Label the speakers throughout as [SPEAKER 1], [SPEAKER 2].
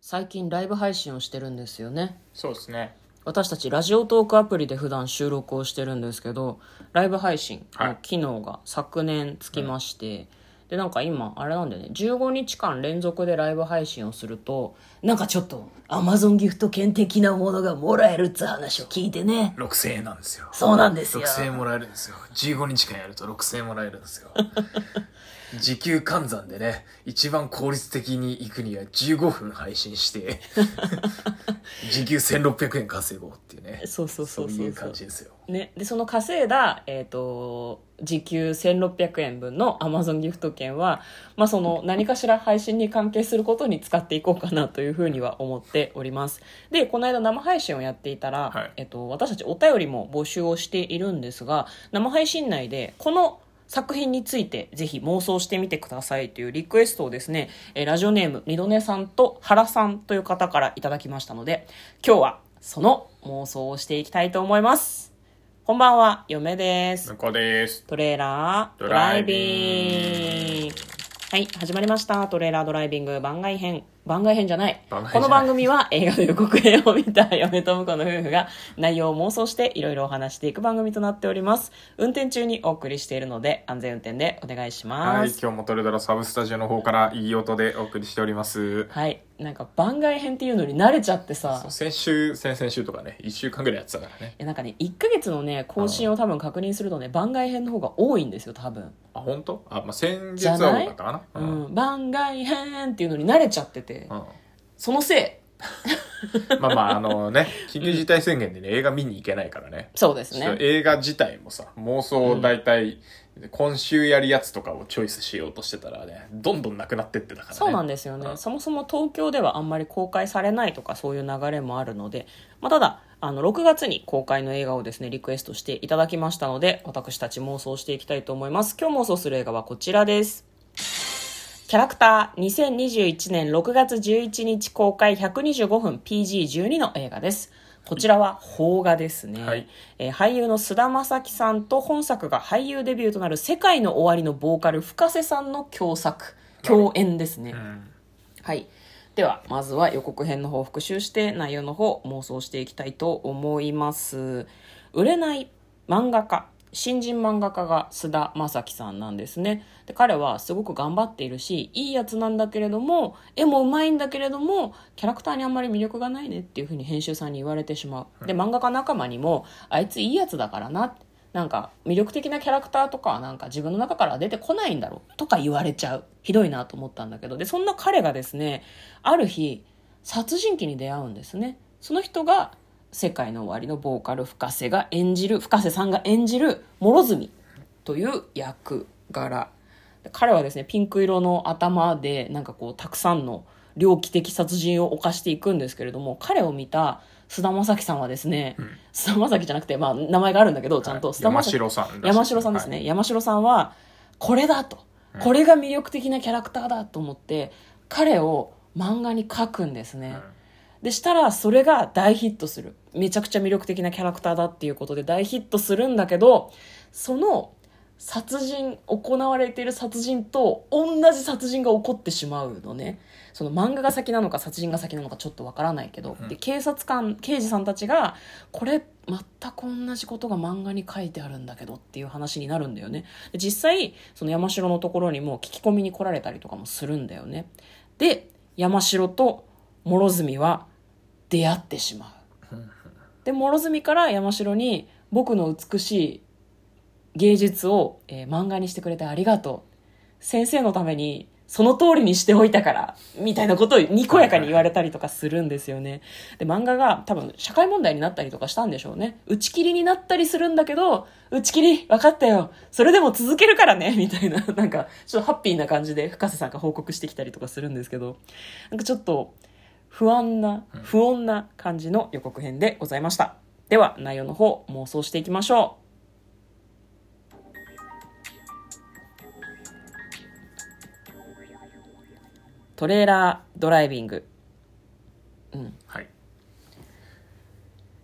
[SPEAKER 1] 最近ライブ配信をしてるんですよね
[SPEAKER 2] そうですね。
[SPEAKER 1] 私たちラジオトークアプリで普段収録をしてるんですけどライブ配信の機能が昨年つきまして、でなんか今あれなんだよね15日間連続でライブ配信をするとなんかちょっとアマゾンギフト券的なものがもらえるっつう話を聞いてね
[SPEAKER 2] 6000円なんですよ。
[SPEAKER 1] そうなんですよ
[SPEAKER 2] 6000円もらえるんですよ。15日間やると6000円もらえるんで すよ。時給換算でね、一番効率的に行くには15分配信 して、時給1600円稼ごうっていうね。
[SPEAKER 1] そうそうそうそうそう
[SPEAKER 2] いう感じですよ。
[SPEAKER 1] ね、でその稼いだ、えー、と時給1600円分のアマゾンギフト券は、まあ、その何かしら配信に関係することに使っていこうかなというふうには思っておりますでこの間生配信をやっていたら、
[SPEAKER 2] はい
[SPEAKER 1] えっと私たちお便りも募集をしているんですが生配信内でこの作品についてぜひ妄想してみてくださいというリクエストをですね、えーラジオネーム二度寝さんと原さんという方からいただきましたので今日はその妄想をしていきたいと思いますこんばんは、嫁です。
[SPEAKER 2] こうです。
[SPEAKER 1] トレーラード
[SPEAKER 2] ド
[SPEAKER 1] ラ
[SPEAKER 2] ラ
[SPEAKER 1] イ
[SPEAKER 2] イ
[SPEAKER 1] ビン
[SPEAKER 2] ビ
[SPEAKER 1] グ。はい、始まりました。トレーラードライビング番外編。番外編じゃない。
[SPEAKER 2] 番外
[SPEAKER 1] こ
[SPEAKER 2] 編じ
[SPEAKER 1] の
[SPEAKER 2] ゃない
[SPEAKER 1] 番組は映画の予告編を見た嫁と婿の夫婦が内容を妄想していろいろお話していく番組となっております。運転中にお送りしているので安全運転でお願いし
[SPEAKER 2] は
[SPEAKER 1] ま
[SPEAKER 2] い、
[SPEAKER 1] す。
[SPEAKER 2] 今日もトレドラサブスタジオの方からいい音でお送りしております。
[SPEAKER 1] はい、なんか番外編っていうのに慣れちゃってさ
[SPEAKER 2] そう。先週、先々週とかね、1週間ぐらいやってたからね。
[SPEAKER 1] いやなんかね、1ヶ月のね、更新を多分確認するとね、番外編の方が多いんですよ、多分。
[SPEAKER 2] あ、本当？あ、まあ、先月
[SPEAKER 1] じゃ
[SPEAKER 2] は
[SPEAKER 1] ない
[SPEAKER 2] 多かったかな。
[SPEAKER 1] う
[SPEAKER 2] うん。うん
[SPEAKER 1] ん、番外編っていうのに慣れちゃってて、そのせい
[SPEAKER 2] まあまあ、あのね、緊急事態宣言でね、映画見に行けないからね。
[SPEAKER 1] そうですね
[SPEAKER 2] 映画自体もさ妄想を大体、今週やるやつとかをチョイスしようとしてたらねどんどんなくなってってたからね
[SPEAKER 1] そうなん
[SPEAKER 2] で
[SPEAKER 1] ですよね、
[SPEAKER 2] うん
[SPEAKER 1] そもそも東京ではあんまり公開されないとかそういう流れもあるので、まあ、ただあの6月に公開の映画をですねリクエストしていただきましたので私たち妄想していきたいと思います今日妄想する映画はこちらですキャラクター2021年6月11日公開125分 PG12 の映画ですこちらは邦画ですね、
[SPEAKER 2] はい
[SPEAKER 1] えー俳優の菅田将暉さんと本作が俳優デビューとなる「世界の終わり」のボーカル深瀬さんの共作共演ですね、はいではまずは予告編の方を復習して内容の方妄想していきたいと思います売れない漫画家新人漫画家が須田正樹さんなんですねで彼はすごく頑張っているしいいやつなんだけれども絵もうまいんだけれどもキャラクターにあんまり魅力がないねっていうふうに編集さんに言われてしまうで漫画家仲間にもあいついいやつだからななんか魅力的なキャラクターとかはなんか自分の中から出てこないんだろうとか言われちゃうひどいなと思ったんだけどでそんな彼がですねある日殺人鬼に出会うんですねその人が世界の終わりのボーカル深瀬が演じる深瀬さんが演じる諸角という役柄で彼はですねピンク色の頭でなんかこうたくさんの猟奇的殺人を犯していくんですけれども彼を見た菅田将暉さんはですね、菅田将暉じゃなくて、まあ、名前があるんだけどちゃんと菅
[SPEAKER 2] 山
[SPEAKER 1] 田将暉
[SPEAKER 2] 城さんらしい
[SPEAKER 1] 山城さんですね、山城さんはこれだと、これが魅力的なキャラクターだと思って彼を漫画に描くんですね、でしたらそれが大ヒットするめちゃくちゃ魅力的なキャラクターだっていうことで大ヒットするんだけどその殺人行われている殺人と同じ殺人が起こってしまうのねその漫画が先なのか殺人が先なのかちょっとわからないけど、
[SPEAKER 2] うん
[SPEAKER 1] で警察官刑事さんたちがこれ全く同じことが漫画に書いてあるんだけどっていう話になるんだよねで実際その山城のところにも聞き込みに来られたりとかもするんだよねで山城と諸角は出会ってしまうで諸角から山城に「僕の美しい芸術を、えー漫画にしてくれてありがとう」「先生のためにその通りにしておいたから」みたいなことをにこやかに言われたりとかするんですよねで漫画が多分社会問題になったりとかしたんでしょうね打ち切りになったりするんだけど打ち切り分かったよそれでも続けるからねみ たいななんかちょっとハッピーな感じで深瀬さんが報告してきたりとかするんですけどなんかちょっと不安な不穏な感じの予告編でございましたでは内容の方妄想していきましょうトレーラードライビング
[SPEAKER 2] はい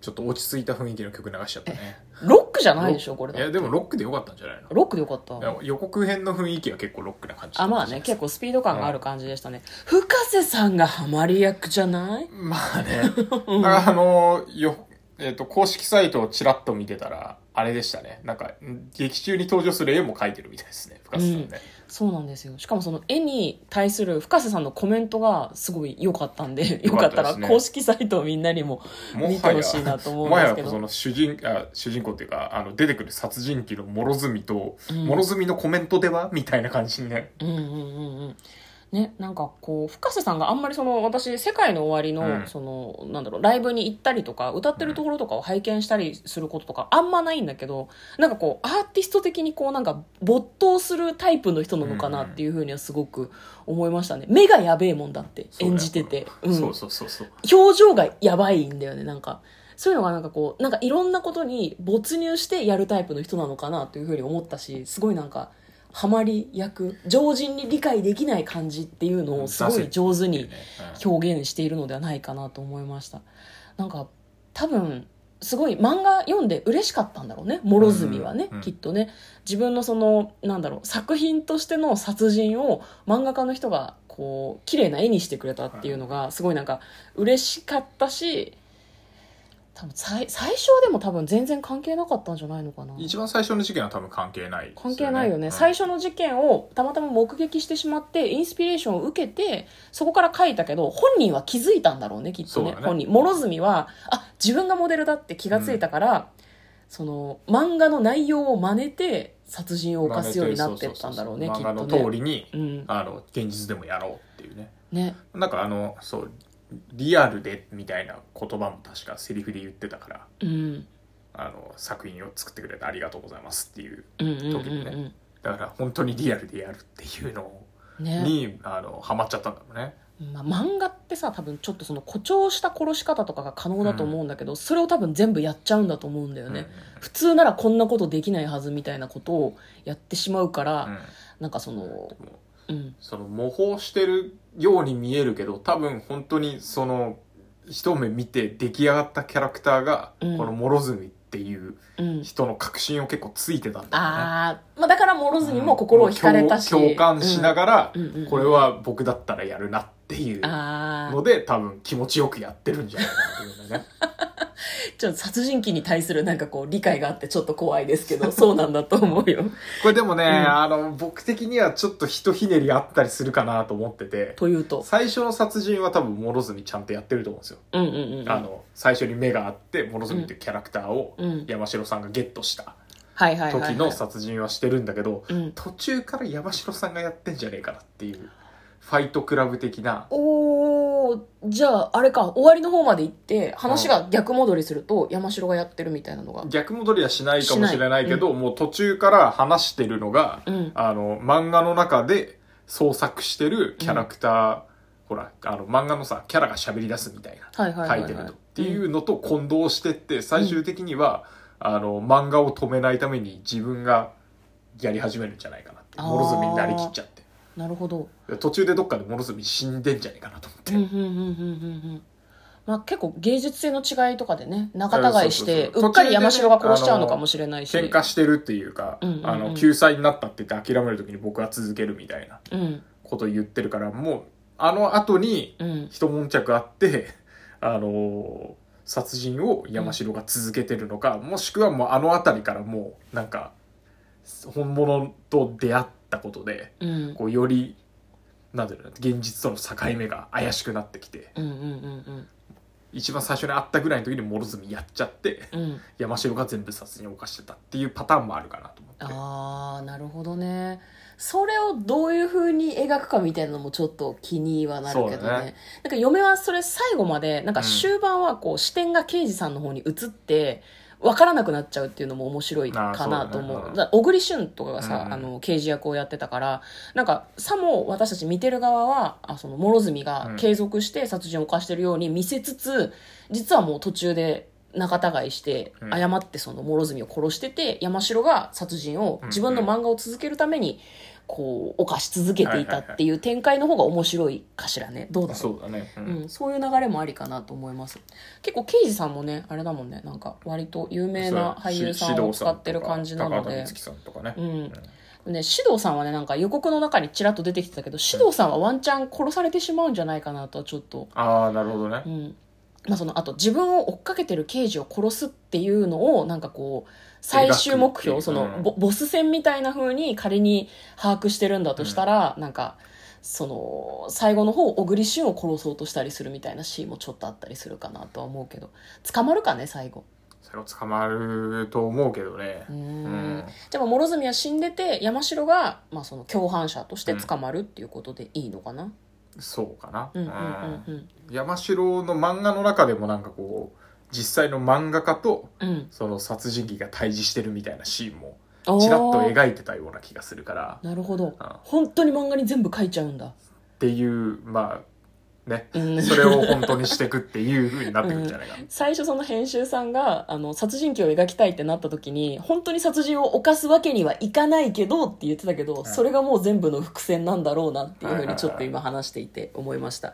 [SPEAKER 2] ちょちょっと落ち着いた雰囲気の曲流しちゃったね
[SPEAKER 1] ロックじゃ ないでしょこれ
[SPEAKER 2] いやでもロックでよかったんじゃないの
[SPEAKER 1] ロックでよかった
[SPEAKER 2] いや予告編の雰囲気は結構ロックな感じだ
[SPEAKER 1] あ
[SPEAKER 2] った
[SPEAKER 1] まあ
[SPEAKER 2] じゃ
[SPEAKER 1] ね
[SPEAKER 2] ないです
[SPEAKER 1] 結
[SPEAKER 2] か
[SPEAKER 1] 構スピード感がある感じでしたね、深瀬さんがハマり役じゃない
[SPEAKER 2] まあねだからあのよえっ、と公式サイトをちらっと見てたらあれでしたねなんかん劇中に登場する絵も描いてるみたいですね深瀬さんね、
[SPEAKER 1] そうなんですよしかもその絵に対する深瀬さんのコメントがすごい良かったんでよ
[SPEAKER 2] 良
[SPEAKER 1] か
[SPEAKER 2] か
[SPEAKER 1] っ
[SPEAKER 2] ったた
[SPEAKER 1] ら
[SPEAKER 2] ですね
[SPEAKER 1] 公式サイトをみんなにも見てほしいなと思うん
[SPEAKER 2] もは
[SPEAKER 1] です
[SPEAKER 2] や
[SPEAKER 1] けど
[SPEAKER 2] その主人あ主人公っていうかあの出てくる殺人鬼の諸角と、
[SPEAKER 1] うん
[SPEAKER 2] 諸角のコメントではみたいな感じになる、
[SPEAKER 1] うんうんうんうんね、なんかこう深瀬さんがあんまりその私「世界の終わりの」
[SPEAKER 2] うん
[SPEAKER 1] そのなんだろうライブに行ったりとか歌ってるところとかを拝見したりすることとかあんまないんだけどなんかこうアーティスト的にこうなんか没頭するタイプの人なのかなっていうふうにはすごく思いましたね目がやべえもんだって演じてて、うん、
[SPEAKER 2] そうそうそうそう
[SPEAKER 1] 表情がやばいんだよねなんかそういうのがなんかこうなんかいろんなことに没入してやるタイプの人なのかなというふうに思ったしすごいなんかハマり役常人に理解できない感じっていうのをすごい上手に
[SPEAKER 2] ね
[SPEAKER 1] 表現しているのではないかなと思いましたなんか多分すごい漫画読んで嬉しかったんだろうね諸角はね、
[SPEAKER 2] うんうん
[SPEAKER 1] きっとね自分のそのなんだろう作品としての殺人を漫画家の人がこう綺麗な絵にしてくれたっていうのがすごいなんか嬉しかったし多分最最初はでも多分全然関係なかったんじゃないのかな
[SPEAKER 2] うん一番最初の事件は多分関係ないですよね、
[SPEAKER 1] 関係ないよね、
[SPEAKER 2] うん
[SPEAKER 1] 最初の事件をたまたま目撃してしまってインスピレーションを受けてそこから書いたけど本人は気づいたんだろうねきっとね
[SPEAKER 2] そうだね
[SPEAKER 1] 本人諸角はあ自分がモデルだって気がついたから、その漫画の内容を真似て殺人を犯すようになってったんだろうね
[SPEAKER 2] そう
[SPEAKER 1] き
[SPEAKER 2] そう
[SPEAKER 1] っ
[SPEAKER 2] そう
[SPEAKER 1] と
[SPEAKER 2] 漫画の通
[SPEAKER 1] ね。
[SPEAKER 2] りに、
[SPEAKER 1] うん、
[SPEAKER 2] あの現実でもやろうっていうね
[SPEAKER 1] ね
[SPEAKER 2] なんかあのそうリアルでみたいな言葉も確かセリフで言ってたから
[SPEAKER 1] うん
[SPEAKER 2] あの作品を作ってくれてありがとうございますっていう
[SPEAKER 1] うんうんうん
[SPEAKER 2] 時にねだから本当にリアルでやるっていうのを
[SPEAKER 1] うんね
[SPEAKER 2] にあのハマっちゃったんだろうね
[SPEAKER 1] まあ、漫画ってさ多分ちょっとその誇張した殺し方とかが可能だと思うんだけど、それを多分全部やっちゃうんだと思うんだよね、普通ならこんなことできないはずみたいなことをやってしまうから、
[SPEAKER 2] うんうん
[SPEAKER 1] なんかその、
[SPEAKER 2] でも
[SPEAKER 1] うん、
[SPEAKER 2] その模倣してるように見えるけど多分本当にその一目見て出来上がったキャラクターが、
[SPEAKER 1] うん
[SPEAKER 2] この諸角っていう
[SPEAKER 1] うん。
[SPEAKER 2] 人の確信を結構ついてたんだよね
[SPEAKER 1] ああ、まあだから諸角も心を惹かれたし。
[SPEAKER 2] うん共共感しながら、
[SPEAKER 1] うんうんうんうん
[SPEAKER 2] これは僕だったらやるなっていう
[SPEAKER 1] らあ
[SPEAKER 2] の
[SPEAKER 1] あ、
[SPEAKER 2] で多分気持ちよくやってるんじゃないかなと思うんだ よね
[SPEAKER 1] ちょっと殺人鬼に対するなんかこう理解があってちょっと怖いですけ ど、そうなんだと思うよ。
[SPEAKER 2] これでもね、
[SPEAKER 1] うん
[SPEAKER 2] あの僕的にはちょっとひとひねりあったりするかなと思ってて
[SPEAKER 1] というと。
[SPEAKER 2] 最初の殺人は多分諸角ちゃんとやってると思うんですよ、
[SPEAKER 1] うんうんうんうん。
[SPEAKER 2] あの最初に目があって諸角っていうキャラクターを
[SPEAKER 1] うん。
[SPEAKER 2] 山城さんがゲットした
[SPEAKER 1] はいはいはい、はい。
[SPEAKER 2] 時の殺人はしてるんだけど、
[SPEAKER 1] うん。
[SPEAKER 2] 途中から山城さんがやってんじゃねえかなっていうファイトクラブ的な
[SPEAKER 1] おーじゃああれか終わりの方まで行って話が逆戻りすると山城がやってるみたいなのが
[SPEAKER 2] 逆戻りはしないかもしれないけどもう途中から話してるのが、
[SPEAKER 1] うん
[SPEAKER 2] あの漫画の中で創作してるキャラクター、ほらあの漫画のさキャラが喋り出すみたいな
[SPEAKER 1] はいはい
[SPEAKER 2] 書
[SPEAKER 1] はい、
[SPEAKER 2] い
[SPEAKER 1] はい、
[SPEAKER 2] てると。っていうのと混同してって、最終的には、あの、漫画を止めないために自分がやり始めるんじゃないかなって。
[SPEAKER 1] あー
[SPEAKER 2] 諸角になりきっちゃって。
[SPEAKER 1] なるほど
[SPEAKER 2] 途中でどっかで諸角死んでんじゃないかなと思って。
[SPEAKER 1] うんうんうんうんうんうんまあ結構芸術性の違いとかでね仲違いして
[SPEAKER 2] そうそうそう
[SPEAKER 1] うっかり山城が殺しちゃうのかもしれないし
[SPEAKER 2] 喧嘩してるっていうか、
[SPEAKER 1] うんうんうん
[SPEAKER 2] あの、救済になったって言って諦めるときに僕は続けるみたいな
[SPEAKER 1] うん
[SPEAKER 2] こと言ってるから、もう、あの後に、
[SPEAKER 1] うん
[SPEAKER 2] 一悶着あって、あの殺人を山城が続けてるのか、もしくはもうあの辺りからもうなんか本物と出会ったことで
[SPEAKER 1] うんうん
[SPEAKER 2] こうよりなんだろうな現実との境目が怪しくなってきて
[SPEAKER 1] うんうん
[SPEAKER 2] 一番最初に会ったぐらいの時に諸角やっちゃって
[SPEAKER 1] うんうん
[SPEAKER 2] 山城が全部殺人を犯してたっていうパターンもあるかなと思って。
[SPEAKER 1] ああなるほどねそれをどういうふうに描くかみたいなのもちょっと気にはなるけど
[SPEAKER 2] そ
[SPEAKER 1] ね
[SPEAKER 2] うだね
[SPEAKER 1] なんか嫁はそれ最後までなんか
[SPEAKER 2] うん
[SPEAKER 1] 終盤はこう、視点が刑事さんの方に移って分からなくなっちゃうっていうのも面白い
[SPEAKER 2] あー
[SPEAKER 1] か
[SPEAKER 2] そうだ
[SPEAKER 1] な
[SPEAKER 2] ね
[SPEAKER 1] と思う
[SPEAKER 2] うん
[SPEAKER 1] だから小栗旬とかがさ、
[SPEAKER 2] うん
[SPEAKER 1] あの刑事役をやってたからなんかさも私たち見てる側はあその諸角が継続して殺人を犯してるように見せつつ、実はもう途中で仲違いして
[SPEAKER 2] うん
[SPEAKER 1] 誤ってその諸角を殺してて山城が殺人を自分の漫画を続けるためにこう犯し続けていたっていう展開の方が面白いかしらねどうだろう
[SPEAKER 2] そうだね。う。
[SPEAKER 1] うんん、そういう流れもありかなと思います結構刑事さんもねあれだもんねなんか割と有名な俳優さんを使ってる感じなの
[SPEAKER 2] 高畑
[SPEAKER 1] で
[SPEAKER 2] 充希さんとかね。
[SPEAKER 1] うんね獅童さんはねなんか予告の中にちらっと出てきてたけど獅童さんはワンチャン殺されてしまうんじゃないかなとはちょっと
[SPEAKER 2] ああ、なるほどね
[SPEAKER 1] う。んまあそのあと自分を追っかけてる刑事を殺すっていうのをなんかこう最終目標
[SPEAKER 2] 描く
[SPEAKER 1] その
[SPEAKER 2] うん
[SPEAKER 1] ボボス戦みたいな風に仮に把握してるんだとしたら、なんかその最後の方小栗旬を殺そうとしたりするみたいなシーンもちょっとあったりするかなとは思うけど捕まるかね最後
[SPEAKER 2] それを捕まると思うけどね
[SPEAKER 1] う。ー
[SPEAKER 2] うんん。
[SPEAKER 1] でも両角は死んでて山城が、まあ、その共犯者として捕まるっていうことでいいのかな、
[SPEAKER 2] そうかな。
[SPEAKER 1] うん、うんうんうん
[SPEAKER 2] 山城の漫画の中でもなんかこう、実際の漫画家と、
[SPEAKER 1] うん
[SPEAKER 2] その殺人鬼が対峙してるみたいなシーンも、
[SPEAKER 1] おー
[SPEAKER 2] ちらっと描いてたような気がするから、
[SPEAKER 1] なるほど
[SPEAKER 2] あ
[SPEAKER 1] 本当に漫画に全部書いちゃうんだ
[SPEAKER 2] っていう、まあ、ね。
[SPEAKER 1] うん
[SPEAKER 2] それを本当にしていくっていう風になってくるんじゃないかな。
[SPEAKER 1] 最初その編集さんがあの殺人鬼を描きたいってなった時に本当に殺人を犯すわけにはいかないけどって言ってたけど、
[SPEAKER 2] い
[SPEAKER 1] それがもう全部の伏線なんだろうなっていうふうにちょっと今話していて思いました、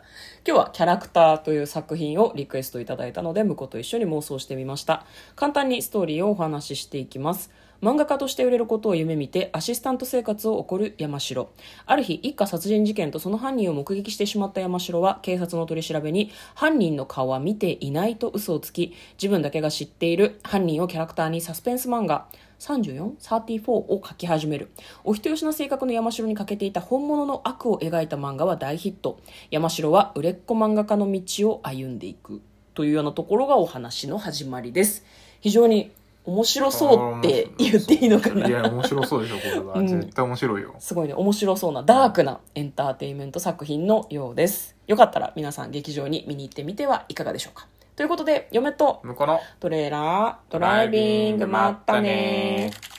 [SPEAKER 1] 今日は「キャラクター」という作品をリクエストいただいたので向こうと一緒に妄想してみました簡単にストーリーをお話ししていきます漫画家として売れることを夢見てアシスタント生活を送る山城ある日一家殺人事件とその犯人を目撃してしまった山城は警察の取り調べに犯人の顔は見ていないと嘘をつき自分だけが知っている犯人をキャラクターにサスペンス漫画3434を書き始めるお人よしな性格の山城に欠けていた本物の悪を描いた漫画は大ヒット山城は売れっ子漫画家の道を歩んでいくというようなところがお話の始まりです非常に面白そうって言っていいのかない
[SPEAKER 2] や、面白そうでしょ、これは。
[SPEAKER 1] うん
[SPEAKER 2] 絶対面白いよ。
[SPEAKER 1] すごいね、面白そうなダークなエンターテインメント作品のようです。よかったら皆さん劇場に見に行ってみてはいかがでしょうか。ということで、嫁と
[SPEAKER 2] 向こうの
[SPEAKER 1] トレーラー、ドライビング、まったねー。